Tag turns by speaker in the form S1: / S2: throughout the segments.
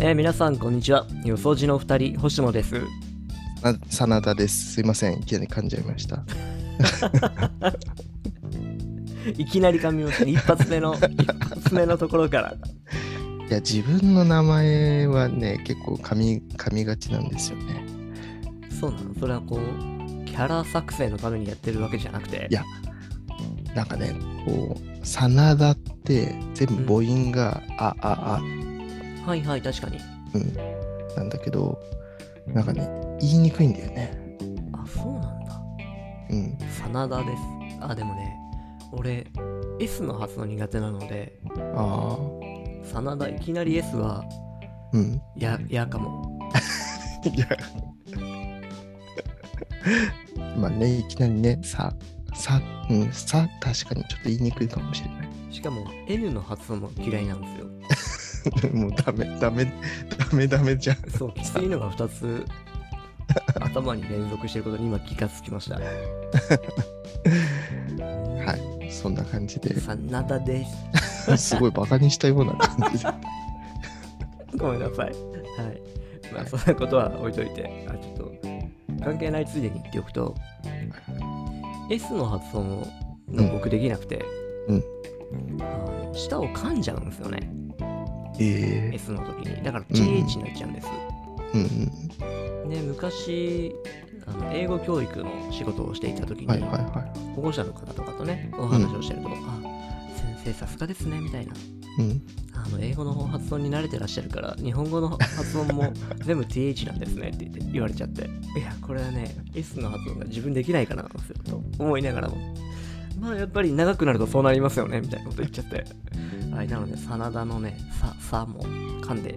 S1: えー皆さんこんにちはよそじのお二人星野です
S2: な真田です。すいません。いきなり噛んじゃいました。
S1: いきなり髪を一発目 の一発目のところから
S2: いや、自分の名前はね、結構噛み、噛みがちなんですよね。
S1: そうなのそれはこうキャラ作成のためにやってるわけじゃなくて
S2: いやなんかね、こう、真田って全部母音が、あ、あ、あ、
S1: はいはい確かに
S2: うん、なんだけど、なんかね、言いにくいんだよね。
S1: あそうなんだ
S2: うん。
S1: 真田ですあでもね俺 S の発音苦手なので
S2: ああ、
S1: 真田いきなり S は
S2: うん。
S1: ややかも
S2: いや。 まあね、いきなりね、さ、さ、うん、さ、確かにちょっと言いにくいかもしれない。
S1: しかも N の発音も嫌いなんですよ
S2: もうダメダメダメダメじゃん。
S1: そう、きついのが2つ頭に連続してることに今気がつきました。は
S2: はい、そんな感じ で
S1: 真田です。
S2: すごいバカにしたような感じで。
S1: ごめんなさい。はい。まあ、そんなことは置いといて、あ、ちょっと、関係ないついでに言っておくと、S の発音を
S2: うん
S1: 僕できなくて、
S2: うん
S1: あの舌を噛んじゃうんですよね、
S2: え
S1: S の時に。だから
S2: うん
S1: GH になっちゃうんです。
S2: ー、うん
S1: で、昔、あの英語教育の仕事をしていた時
S2: う
S1: に、
S2: ん。はいはいは。
S1: 保護者の方とかとねお話をしてると、あ先生さすがですねみたいない
S2: うん。
S1: あの英語の発音に慣れてらっしゃるから日本語の発音 も全部 TH なんですねって言って言われちゃっていやこれはね S の発音が自分できないからなんですよと思いながらもまあやっぱり長くなるとそうなりますよねみたいなこと言っちゃってはいなので真田のねささも噛んで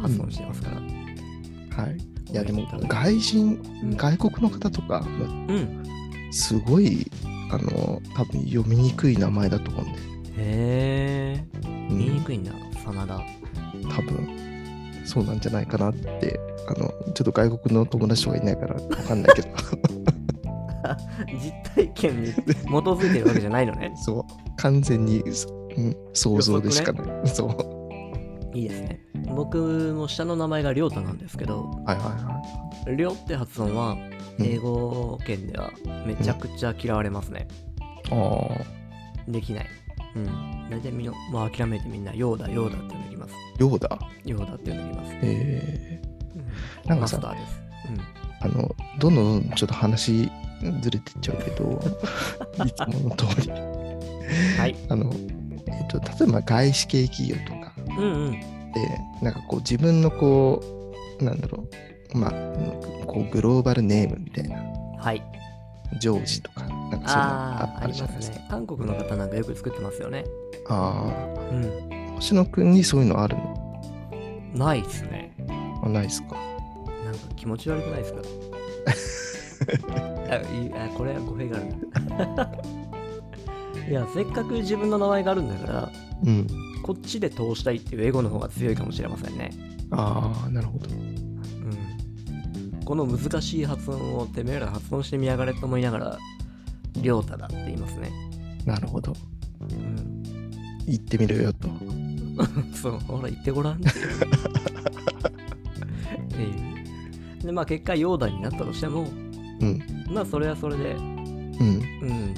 S1: 発音してますから、
S2: はい。いやでも
S1: ごめんなさい
S2: 外人、
S1: うん
S2: 外国の方とか、も
S1: うん
S2: うすごい、あの、多分読みにくい名前だと思うん
S1: へ
S2: で。
S1: え
S2: う
S1: 見に
S2: ん、
S1: くいんだ真田
S2: 多分、そうなんじゃないかなって。あの、ちょっと外国の友達とかいないからわかんない けど。
S1: 実体験 に基づいてるわけじゃないのね
S2: そう。完全に、うん、想像でしかない。そう。
S1: いいですね僕も下の名前がりょうたなんですけど
S2: はいはいは
S1: りょうって発音は
S2: うん
S1: 英語圏ではめちゃくちゃ嫌われますね、
S2: い。ああ。
S1: できないうん大体みんな、まあ、諦めてみんな「ようだようだ」って呼んできます
S2: ようだ。
S1: 「ようだ」って呼んできます、
S2: え
S1: うん
S2: なん
S1: マ
S2: か
S1: ス
S2: さ
S1: ターです
S2: ー、あの、どんどんちょっと話ずれてっちゃうけど、いつもの通り。
S1: うんはい
S2: あの、えっ、と、例えば外資系企業とか
S1: うんうん
S2: で、なんかこう自分のこう、なんだろう、まあ、こうグローバルネームみたいな、
S1: はい
S2: ジョージとか、なんかそういうの
S1: あ
S2: あ
S1: あ
S2: あ
S1: あ
S2: る
S1: り
S2: じゃ
S1: ま
S2: ないですすか。
S1: ね韓国の方なんかよく作ってますよね
S2: あ
S1: うん
S2: あ、星野くんにそういうのあるの
S1: ないっすね
S2: あないですか
S1: なんか気持ち悪くないですかあいいあこれは語弊があるな いやせっかく自分の名前があるんだから
S2: うん。
S1: こっちで通したいっていうエゴの方が強いかもしれませんね、
S2: ああ、なるほど。
S1: うん、この難しい発音をてめえら発音してみやがれと思いながら「りょうただ」って言いますね、
S2: なるほど。
S1: うん、
S2: 行ってみろよと。
S1: そうほら言ってごらんっていう っていうでまあ結果「ようだ」になったとしても
S2: うん。
S1: まあそれはそれで
S2: うん。
S1: うん、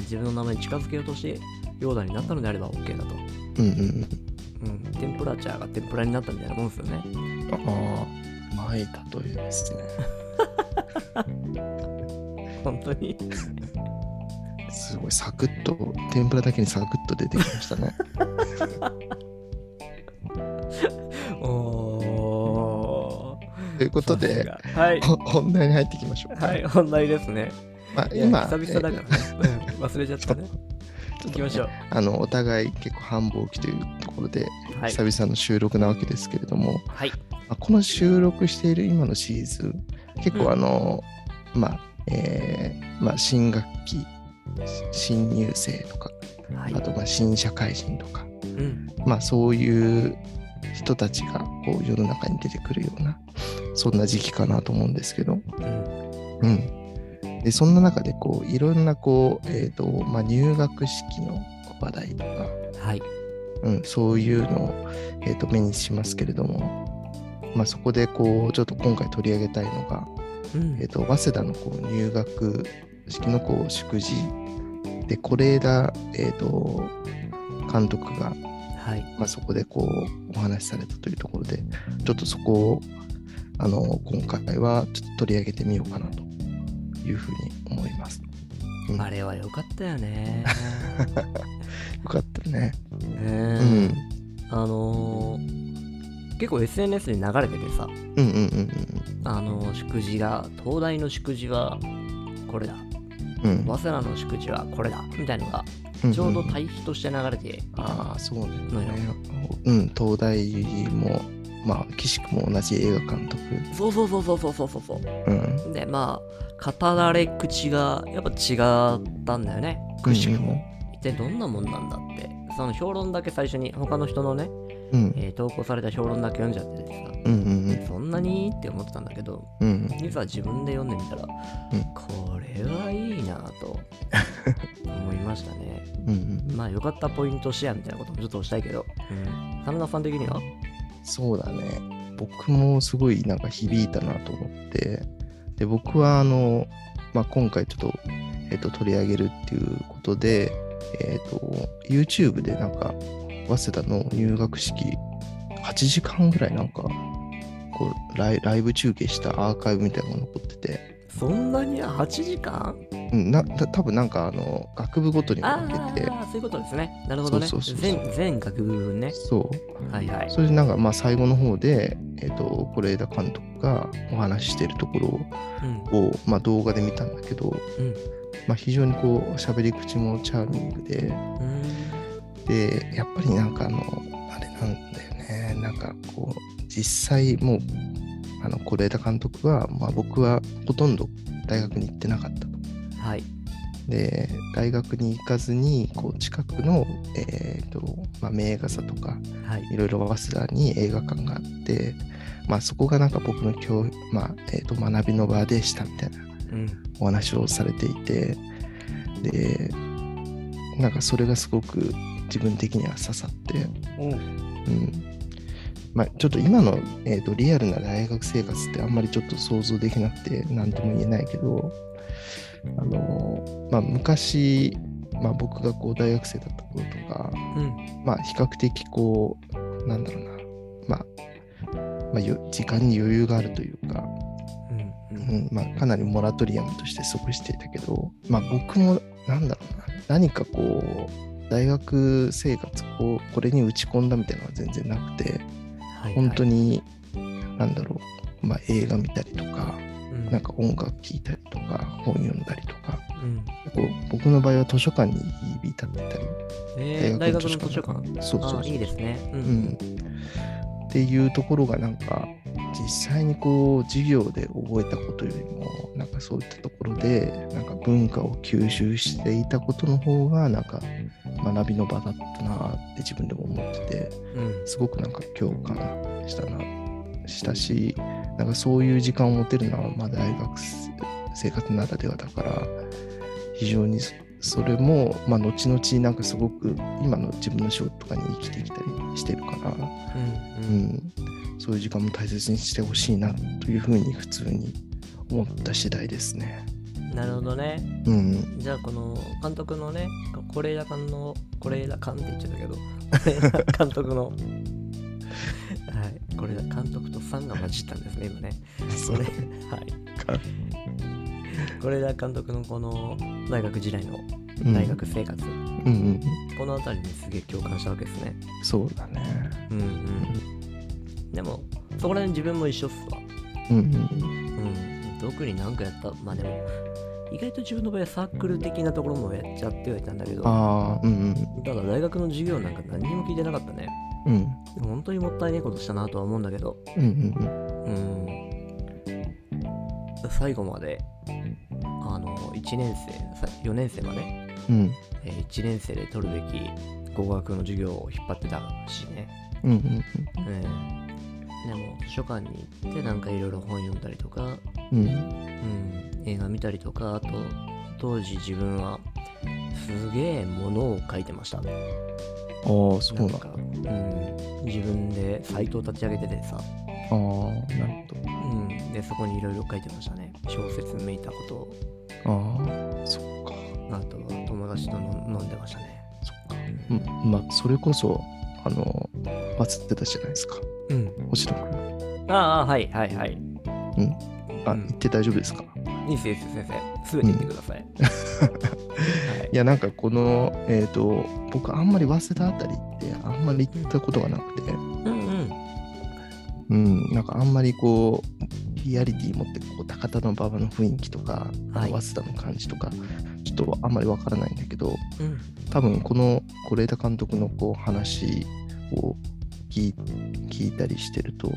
S1: 自分の名前に近づけようとして、ヨーダになったのであれば OK だと。
S2: うんうんうん。
S1: うん、テンプラチャーが天ぷらになったみたいなもんですよね。
S2: ああ、うまい例えですね。
S1: 本当に。
S2: すごい、サクッと、天ぷらだけにサクッと出てきまし たね。
S1: おー。
S2: ということで、
S1: さすがはい。
S2: ほ本題に入っていきましょうか。
S1: はい、本題ですね。
S2: まあ、
S1: いや
S2: 今、
S1: 久々だからね。うん忘れちゃったね。
S2: ちょ
S1: 行き
S2: っと
S1: ましょう。
S2: あのお互い結構繁忙期というところで、
S1: はい。
S2: 久々の収録なわけですけれども、
S1: はい。
S2: まあ、この収録している今のシーズン、結
S1: うん
S2: 構あの、まあ、えーまあ、新学期、新入生とか、
S1: はい
S2: あ。とまあ新社会人とか、
S1: うん。
S2: まあ、そういう人たちがこう世の中に出てくるようなそんな時期かなと思うんですけど、
S1: うん。
S2: うん、でそんな中でこういろんなこう、えーとまあ、入学式の話題とか、
S1: はい。
S2: うん、そういうのを、えーと目にしますけれどもまあ、そこでこうちょっと今回取り上げたいのが、
S1: うん
S2: えっと早稲田のこう入学式のこう祝辞で是枝、えっと監督が、
S1: はい
S2: まあ、そこでこうお話しされたというところでちょっとそこをあの今回はちょっと取り上げてみようかなというふうに思います。うん
S1: あれは良かったよ ね
S2: よかったね。
S1: う
S2: うんん、
S1: あのー結構 SNS で流れててさ
S2: うんうんうん
S1: あのー祝辞が東大の祝辞はこれだ
S2: うんうん
S1: 早稲田の祝辞はこれだみたいなのが
S2: うん。
S1: ちょうど
S2: んん
S1: 対比として流れて
S2: ああそうね
S1: のよ
S2: うん東大もまあ岸くも同じ映画監督
S1: そうそうそうそうそうそうそうそ
S2: うん
S1: うでまあ語られ口がやっぱ違ったんだよねくしくも、一体どんなもんなんだってその評論だけ最初に他の人のね、
S2: うん
S1: えー投稿された評論だけ読んじゃっててさ
S2: うんうん
S1: そんなにって思ってたんだけど
S2: うんうん
S1: いざ自分で読んでみたら、
S2: うん
S1: これはいいなぁと思いましたね
S2: うんうん
S1: まあ良かったポイントシェアみたいなこともちょっとしたいけど、うん、真田さん的には
S2: そうだね僕もすごいなんか響いたなと思ってで僕はあの、まあ、今回ちょっと,、えっと取り上げるっていうことで、えっと YouTube でなんか早稲田の入学式8時間ぐらいなんかこうライライブ中継したアーカイブみたいなのが残ってて
S1: そんなに8時間
S2: うん、なた多分なんかあの学部ごとに
S1: あ
S2: 分けて
S1: あそういうことですねなるほどね
S2: そうそうそうそう
S1: 全全学部分ね
S2: そう
S1: はいはい
S2: それでなんかまあ最後の方で、えー、と是枝監督がお話ししてるところ
S1: うん
S2: を、まあ、動画で見たんだけど、
S1: うん
S2: まあ、非常にこう喋り口もチャーミングで
S1: うん
S2: でやっぱりなんかあのあれなんだよねなんかこう実際もうあの是枝監督は、まあ、僕はほとんど大学に行ってなかったと。
S1: はい
S2: で大学に行かずにこう近くの、えーとまあ、名画座とか
S1: はい
S2: いろいろ早稲田に映画館があって、まあ、そこがなんか僕の教、まあえー、と学びの場でしたみたいな
S1: うん
S2: お話をされていてでなんかそれがすごく自分的には刺さって、うんまあ、ちょっと今の、えー、とリアルな大学生活ってあんまりちょっと想像できなくて何とも言えないけど、あのまあ、昔、まあ、僕がこう大学生だった頃とか、
S1: うん
S2: まあ、比較的こうなんだろうな、まあまあ、よ時間に余裕があるというか、
S1: うんう
S2: うんんまあ、かなりモラトリアムとして過ごしていたけど、まあ、僕もなんだろうな何かこう大学生活こうこれに打ち込んだみたいなのは全然なくて
S1: はい
S2: 本当
S1: に
S2: になんだろう、まあ、映画見たりとかなんか音楽聴いたりとか本読んだりとか
S1: うん
S2: こう僕の場合は図書館に響い立ってたり
S1: えー大
S2: 大
S1: 学
S2: 学
S1: の図
S2: の
S1: 書
S2: 図書
S1: 館
S2: そうそう
S1: あ
S2: そ
S1: あ
S2: う
S1: いいですねう
S2: うんん、っていうところがなんか実際にこう授業で覚えたことよりもなんかそういったところでなんか文化を吸収していたことの方がなんか学びの場だったなって自分でも思ってて
S1: うん
S2: すごくなんか共感したなしたしなんかそういう時間を持てるのはまあ大学生活ならではだから非常にそそれもまあ後々なんかすごく今の自分の仕事とかに生きてきたりしてるから
S1: うん
S2: う
S1: うん
S2: ん、そういう時間も大切にしてほしいなというふうに普通に思った次第ですね。
S1: なるほどね
S2: うん、
S1: じゃあこの監督のね是枝監の是枝監って言っちゃったけど 是枝監督のはい是枝監督とさんが混じったんですね今ねそれはい
S2: か
S1: 是枝監督のこの大学時代の
S2: うん
S1: 大学生活、
S2: うんうん、
S1: この辺りにすげえ共感したわけですね
S2: そうだね。
S1: うんうんでもそこら辺自分も一緒っすわ
S2: うんうん、
S1: うん特になんかやったまあでも意外と自分の場合はサークル的なところもやっちゃってはいたんだけど
S2: ああ、うん
S1: ただ大学の授業なんか何にも聞いてなかったね
S2: うん、うん、
S1: 本当にもったいないことしたなとは思うんだけど
S2: うんうん
S1: うん最後まであの1年生4年生まで、
S2: うん、
S1: え1年生で取るべき語学の授業を引っ張ってたしね
S2: うんうん
S1: うんでも図書館に行ってなんかいろいろ本読んだりとか
S2: うん、うん、
S1: うん、映画見たりとかあと当時自分はすげえものを描いてましたな
S2: ああ、そうなんんだ。
S1: か、うん、自分でサイトを立ち上げててさ
S2: ああ、ああ、なる
S1: う
S2: ほ
S1: ん、でそこにいろいろ書いてましたね小説めいたことを
S2: ど。ああ、そっか。
S1: あとは友達との飲んでましたね
S2: そっか。うん、まあ、それこそ、あの、バズってたじゃないですか。
S1: うん
S2: 星野くん。
S1: ああはいはいはい
S2: あ、
S1: うん
S2: 言って大丈夫ですか
S1: いいですよいいですよ先生すべて言ってください、はい
S2: いや、なんかこの、えっ、と、僕、あんまり早稲田あたりって、あんまり行ったことがなくて、
S1: うんうん
S2: うん、なんかあんまりこう、リアリティ持って、こう、高田馬場の雰囲気とか、
S1: はい
S2: 早稲田の感じとか、ちょっとあんまりわからないんだけど、
S1: うん
S2: 多分この是枝監督のこう話を聞い聞いたりしてると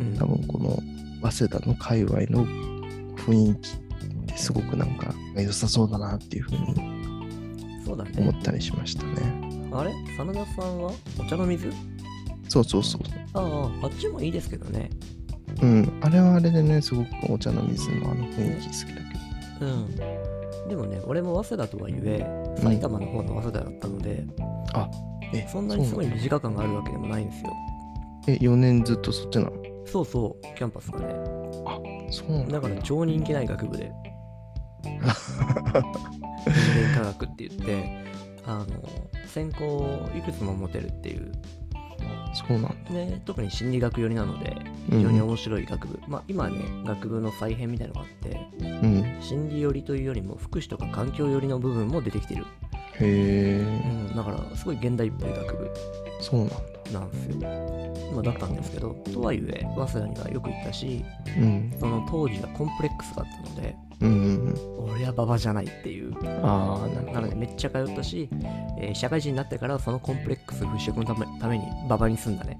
S1: うん
S2: 多分この早稲田の界隈の雰囲気ってすごくなんか良さそうだなっていうふうに
S1: そうだね
S2: 思ったりしましたね。
S1: あれ真田さんはお茶の水
S2: そうそうそう。
S1: あああっちもいいですけどね
S2: うん。あれはあれでね、すごくお茶の水のあの雰囲気好きだけ
S1: うんでもね俺も早稲田とはいえ埼玉の方の早稲田だったので、
S2: ど。え
S1: そんなにすごい
S2: そうなの
S1: 短間があるわけでもないんですよ
S2: え、4年ずっとそっちなの
S1: そうそうキャンパスがね
S2: そうな
S1: だ
S2: の
S1: から超人気ない学 部で人間科学って言ってあの専攻をいくつも持てるっていう、
S2: そうなんだ。
S1: ね、特に心理学寄りなので
S2: うん
S1: 非常に面白い学部、まあ今ね学部の再編みたいのがあって
S2: うん。へ
S1: 心理寄りというよりも福祉とか環境寄りの部分も出てきてる、う
S2: え、
S1: ん、だからすごい現代っぽい学部
S2: そうなんだ。
S1: なんですよ、まあ、だったんですけどとはいえ早稲田にはよく行ったし
S2: うん。
S1: その当時はコンプレックスがあったので
S2: うんうんうん。
S1: 俺はババじゃないっていう
S2: ああ、なるほ
S1: なので
S2: ど。
S1: めっちゃ通ったし、えー社会人になってからそのコンプレックス払拭のためためにババに住んだね。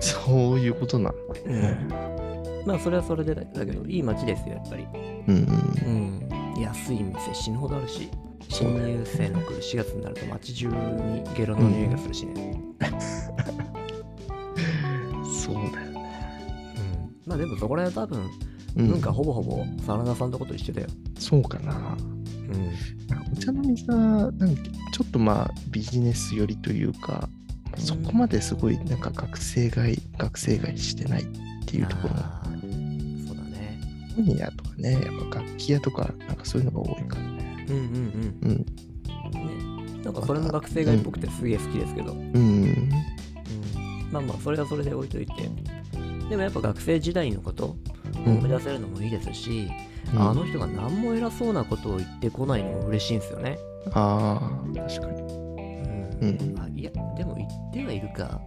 S2: そういうことなんだ。
S1: まあそれはそれでだだけどいい街ですよやっぱり。
S2: うん
S1: うん、安い店死ぬほどあるし新入生の来る4月になると街中にゲロの匂いがするしね。
S2: そうだよね。
S1: うんまあでもそこら辺は多分
S2: う
S1: 文化ほぼほぼ真田さんとこと一緒だよ。
S2: そうかな。
S1: うん
S2: お茶の水は、なんかちょっとまあビジネス寄りというか、そこまですごいなんか学生街、学生街してないっていうところが、
S1: あーそうだね。
S2: 本屋とかね、やっぱ楽器屋とか、なんかそういうのが多いからね。
S1: うんうん
S2: うん。
S1: うん。ね、なんかそれも学生街っぽくてすげえ好きですけど。
S2: うん。
S1: まあまあそれはそれで置いといてでもやっぱ学生時代のこと
S2: うん
S1: 思い出せるのもいいですし、あの人が何も偉そうなことを言ってこないのも嬉しいんですよね、
S2: ああ、確かに。
S1: うん
S2: う
S1: あいやでも言ってはいるか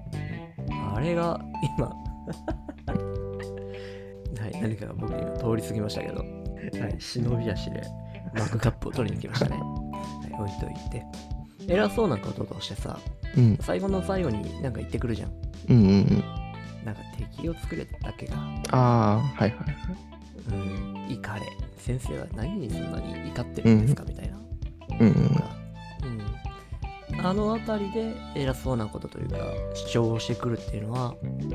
S1: あれが今 はい何かが僕今通り過ぎましたけど、はい、忍び足でマグカップを取りに来ましたね、はい、置いといて偉そうなこととしてさ
S2: うん。
S1: 最後の最後になんか言ってくるじゃん
S2: うんうんうん。
S1: なんか敵を作れただけが
S2: ああ、はいはい。
S1: うん、怒れ先生は何にそんなに怒ってるんですか、みたいな、
S2: うんう
S1: と
S2: ん。
S1: かうん、あの辺りで偉そうなことというか主張をしてくるっていうのは
S2: うん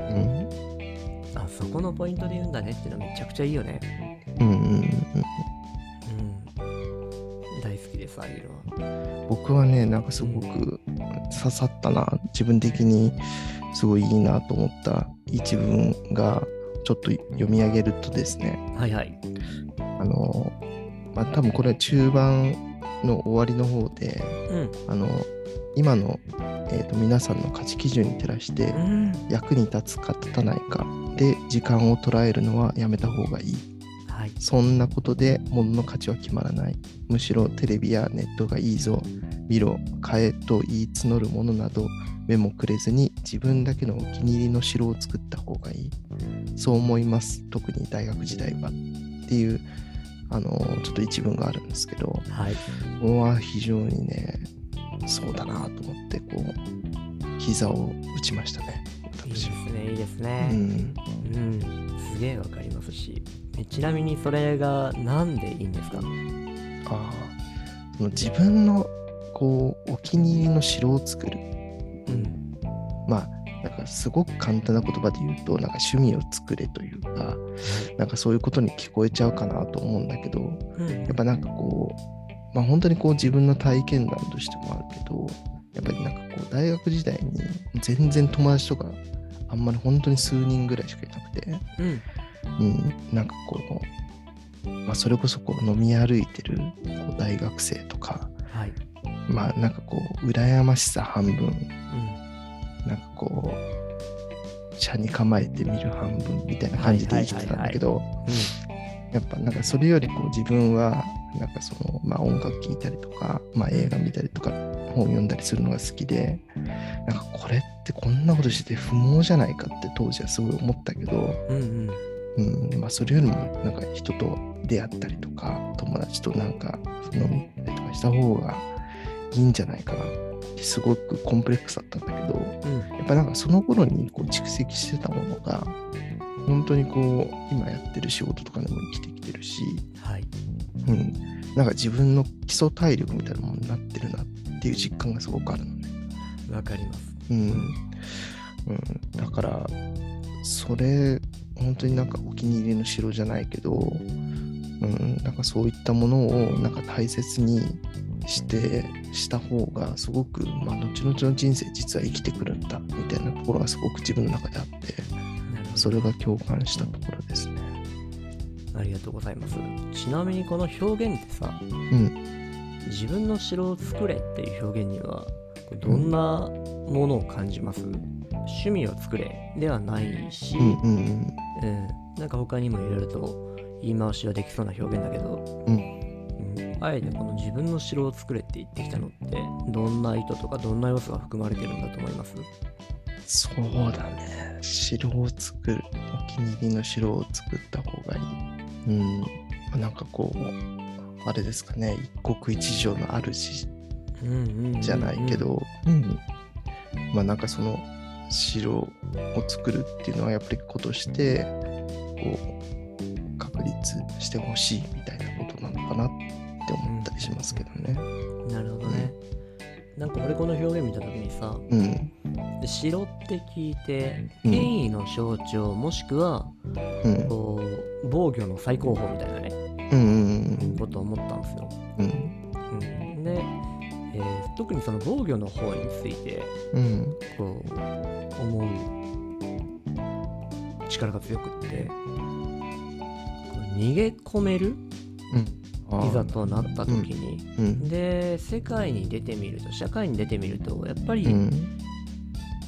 S1: あそこのポイントで言うんだねっていうのはめちゃくちゃいいよね、
S2: うんうんうん。
S1: うん、大好きですああいうのは
S2: 僕はねなんかすごく刺さったな自分的にすごいいいなと思った一文がちょっと読み上げるとですね
S1: はいはい
S2: あのまあ多分これは中盤の終わりの方で
S1: うん
S2: あの今の、えーと皆さんの価値基準に照らして
S1: うん
S2: 役に立つか立たないかで時間を捉えるのはやめた方がいい
S1: はい
S2: そんなことで物の価値は決まらない。むしろテレビやネットがいいぞ、見ろ、買えと言い募るものなど目もくれずに自分だけのお気に入りの城を作った方がいい。そう思います、特に大学時代は。っていう、あのーちょっと一文があるんですけど、
S1: はい
S2: ここは非常にね、そうだなと思って、こう、膝を打ちましたね、
S1: いいで
S2: 私
S1: す
S2: は。
S1: ねいいです
S2: う
S1: ね
S2: ん、
S1: うん、すげえわかりますしえちなみにそれがなんでいいんですか
S2: あーその自分のこうお気に入りの城を作る
S1: うん
S2: まあなんかすごく簡単な言葉で言うとなんか趣味を作れというかなんかそういうことに聞こえちゃうかなと思うんだけど
S1: うん
S2: やっぱなんかこうまあ本当にこう自分の体験談としてもあるけどやっぱりなんかこう大学時代に全然友達とかあんまり本当に数人ぐらいしかいなくて、
S1: うん
S2: うん、なんかこう、まあ、それこそこう飲み歩いてるこう大学生とか、
S1: はい
S2: まあなんかこう、羨ましさ半分、
S1: うん
S2: なんかこう、車に構えてみる半分みたいな感じで生きてたんだけど、やっぱなんかそれよりこう自分はなんかその、まあ、音楽聴いたりとか、まあ、映画見たりとか本読んだりするのが好きでなんかこれってこんなことしてて不毛じゃないかって当時はすごい思ったけど、
S1: うんうんうん
S2: うんまあ、それよりもなんか人と出会ったりとか友達となんか飲み行ったりとかした方がいいんじゃないかなってすごくコンプレックスだったんだけど
S1: うん
S2: やっぱなんかその頃にこう蓄積してたものが本当にこう今やってる仕事とかでも生きてきてるし、
S1: はい
S2: うん、なんか自分の基礎体力みたいなものになってるなっていう実感がすごくあるのね。
S1: わかります
S2: うんうん、だからそれ本当になんかお気に入りの城じゃないけど、うん、なんかそういったものをなんか大切にしてした方がすごく、まあ、後々の人生実は生きてくるんだみたいなところがすごく自分の中であって
S1: なるほど
S2: それが共感したところですね。
S1: ありがとうございますちなみにこの表現ってさ、自分の城を作れっていう表現にはこれどんなものを感じます、趣味を作れではないし、
S2: うんうん
S1: うん、なんか他にもいろいろと言い回しはできそうな表現だけど、
S2: うん
S1: うんあえてこの自分の城を作れって言ってきたのってどんな意図とかどんな要素が含まれてるんだと思います
S2: そうだね。城を作る。お気に入りの城を作った方がいい。うん。まあなんかこう、あれですかね、一国一城の主
S1: うんうんうん
S2: じゃないけど、うんまあなんかその城を作るっていうのはやっぱり子として、こう、確立してほしいみたいなことなのかなって思ったりしますけどね。
S1: なるほどね、なんか俺この表現見た時にさ
S2: うん。
S1: 城って聞いて
S2: うん
S1: 権威の象徴もしくは
S2: うん。
S1: こう防御の最高峰みたいなね
S2: うんうん
S1: ことを思ったんですよ、
S2: うん。うん。
S1: うん、で、えー特にその防御の方について
S2: うん。
S1: こう思う力が強くってこう逃げ込める
S2: うん。
S1: いざとなった時に、
S2: うん。
S1: で世界に出てみると社会に出てみるとやっぱり、
S2: うん。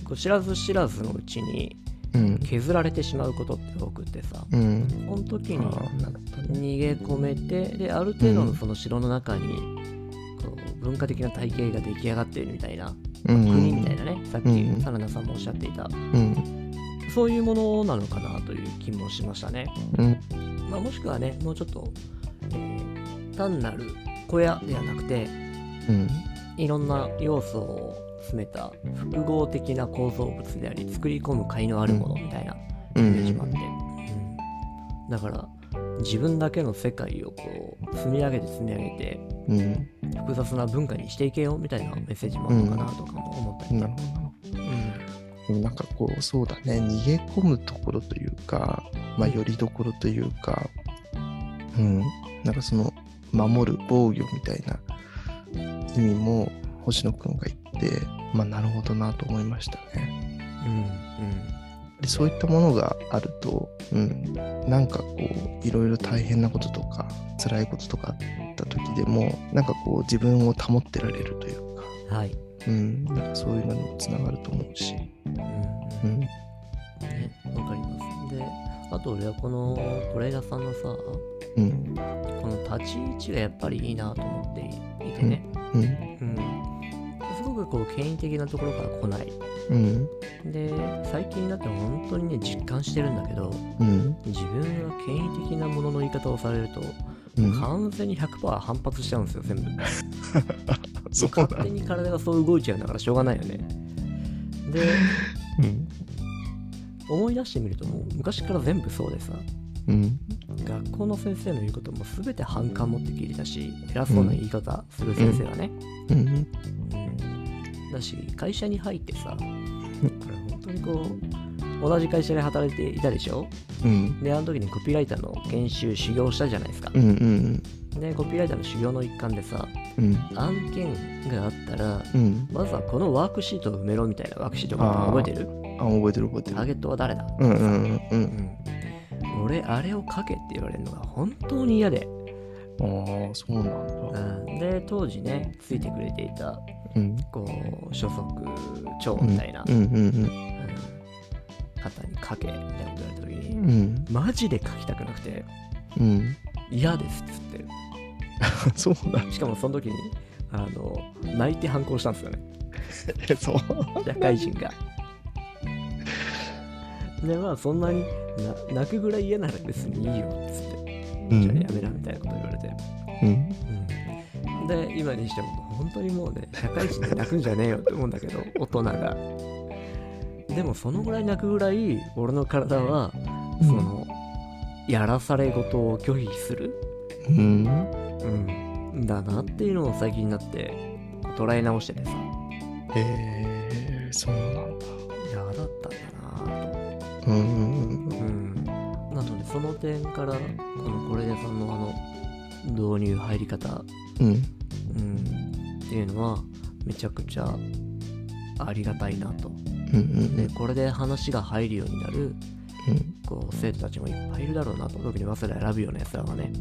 S1: こう知らず知らずのうちに
S2: うん。
S1: 削られてしまうことって多くってさ
S2: うん。
S1: その時
S2: あ
S1: に
S2: あ、なるほどね。
S1: 逃げ込めてである程度
S2: う
S1: の
S2: ん
S1: その城の中にこう文化的な体系が出来上がっているみたいな
S2: うん
S1: 国みたいなねさっ
S2: うん
S1: きサラナさんもおっしゃっていた
S2: うん。
S1: そういうものなのかなという気もしましたね、
S2: うん。
S1: まあ、もしくはねもうちょっと、えー単なる小屋ではなくて
S2: うん。
S1: いろんな要素を詰めた複合的な構造物であり作り込む甲斐のあるものみたいな
S2: う
S1: イ
S2: ん
S1: メージもあって、うんだから自分だけの世界をこう積み上げて積み上げて
S2: うん。
S1: 複雑な文化にしていけよみたいなメッセージもあるのかなとかも思ったり、
S2: なるほど。なんかこう、そうだね、逃げ込むところというか、まあ、よりどころというか、うん。なんかその、守る防御みたいな意味も、星野くんが言って、まあ、なるほどなと思いましたね。
S1: うん
S2: でそういったものがあると、うん、なんかこういろいろ大変なこととか辛いこととかあった時でもなんかこう自分を保ってられるというか、
S1: うんはい、
S2: うん、なんかそういうのにもつながると思うし、
S1: うん
S2: うん、
S1: ね、わかります。で、あと俺はこの是枝さんのさ、こ
S2: うん、
S1: の立ち位置がやっぱりいいなと思っていてね、
S2: うん、
S1: うん。すごくこう、権威的なところから来ない。
S2: うん、
S1: で、最近になって本当にね、実感してるんだけど、
S2: うん、
S1: 自分が権威的なものの言い方をされると、
S2: うん、
S1: 完全に100%反発しちゃうんですよ、全部。
S2: そうだ
S1: 勝手に体がそう動いちゃうんだからしょうがないよね。 で、
S2: うん、
S1: 思い出してみるともう昔から全部そうでさ、
S2: うん、
S1: 学校の先生の言うことも全て反感持って聞いてたし偉そうな言い方する先生はね、
S2: うん、
S1: うんだし会社に入ってさこれ本当にこう同じ会社で働いていたでしょ
S2: うん
S1: であの時にコピーライターの研修修行したじゃないですか
S2: う、んうん
S1: でコピーライターの修行の一環でさ
S2: うん
S1: 案件があったら
S2: うん
S1: まずはこのワークシートを埋めろみたいなワークシートがあったの覚えてる
S2: あ覚えてる覚えて
S1: タ
S2: る
S1: ーゲットは誰だ、
S2: うんうんう
S1: うんん、俺あれを書けって言われるのが本当に嫌で、
S2: うんああそうなん
S1: う
S2: だ
S1: ん、で当時ねついてくれていた
S2: うん
S1: こう所属長みたいな、
S2: うんうん
S1: うん方に書けみたいなこと言われた時
S2: う
S1: に、
S2: んうん
S1: マジで書きたくなくて
S2: うん
S1: 嫌ですっつっ
S2: あ そうなん
S1: てしかもその時にあの泣いて反抗したんですよね
S2: だ そう
S1: 社会人が。でまあそんなにな泣くぐらい嫌なら別にいいよっつって、
S2: うん
S1: じゃあやめなみたいなこと言われて、
S2: うん
S1: で今にしても本当にもうね社会人で泣くんじゃねえよって思うんだけ ど大人がでもそのぐらい泣くぐらい俺の体は
S2: うん
S1: その、やらされ事を拒否する、
S2: うん
S1: うん、だなっていうのを最近になって捉え直しててさ
S2: へえそうなんだ
S1: 嫌だったんだなぁ
S2: うんうんうん
S1: うん、なのでその点からこのこれでさんのあの導入入り方、
S2: うん
S1: うん、っていうのはめちゃくちゃありがたいなと
S2: うん
S1: でこれで話が入るようになる
S2: うんうん
S1: こう生徒たちもいっぱいいるだろうなと特に早稲田選ぶようなやつらはね、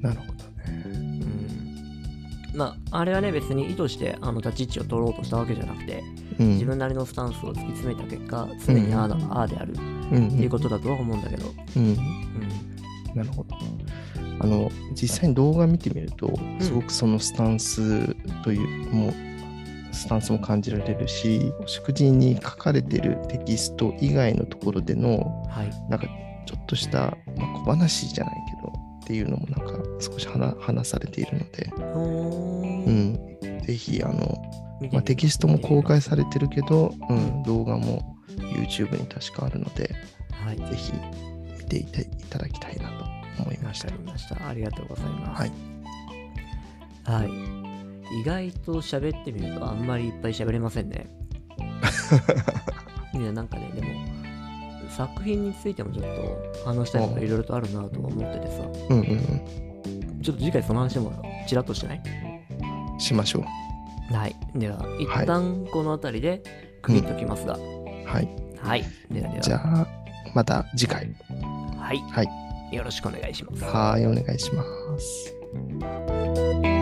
S2: なるほどね
S1: うん、まああれはね別に意図してあの立ち位置を取ろうとしたわけじゃなくて
S2: うん
S1: 自分なりのスタンスを突き詰めた結果常にああだああであるって
S2: うん
S1: いうことだとは思うんだけど、
S2: うん
S1: うん
S2: なるほどあの実際に動画見てみると
S1: ん
S2: すごくそのスタンスという、もうスタンスも感じられるし祝辞に書かれてるテキスト以外のところでの
S1: はい
S2: なんかちょっとした、まあ小話じゃないけどっていうのもなんか少し話話されているので、
S1: ほー
S2: うん、ぜひあの、
S1: 見てみ
S2: まあ
S1: る
S2: テキストも公開されてるけど、うん、動画も YouTube に確かあるので
S1: はい、
S2: ぜひ見ていていただきたいなと思い
S1: わ
S2: まし
S1: か
S2: た
S1: り。ました。ありがとうございます。
S2: はい。
S1: はい。意外と喋ってみるとあんまりいっぱい喋れませんね。 いや、なんかね、でも、作品についてもちょっと話したいこといろいろとあるなとは思っててさ、
S2: うんうんうん、
S1: ちょっと次回その話もちらっとしてない
S2: しましょう。
S1: はい。では、一旦この辺りで区切っておきますが、
S2: はい。
S1: はい。ではでは、
S2: じゃあ、また次回。
S1: はい。
S2: は
S1: よろしくお願いします。
S2: はい、お願いします。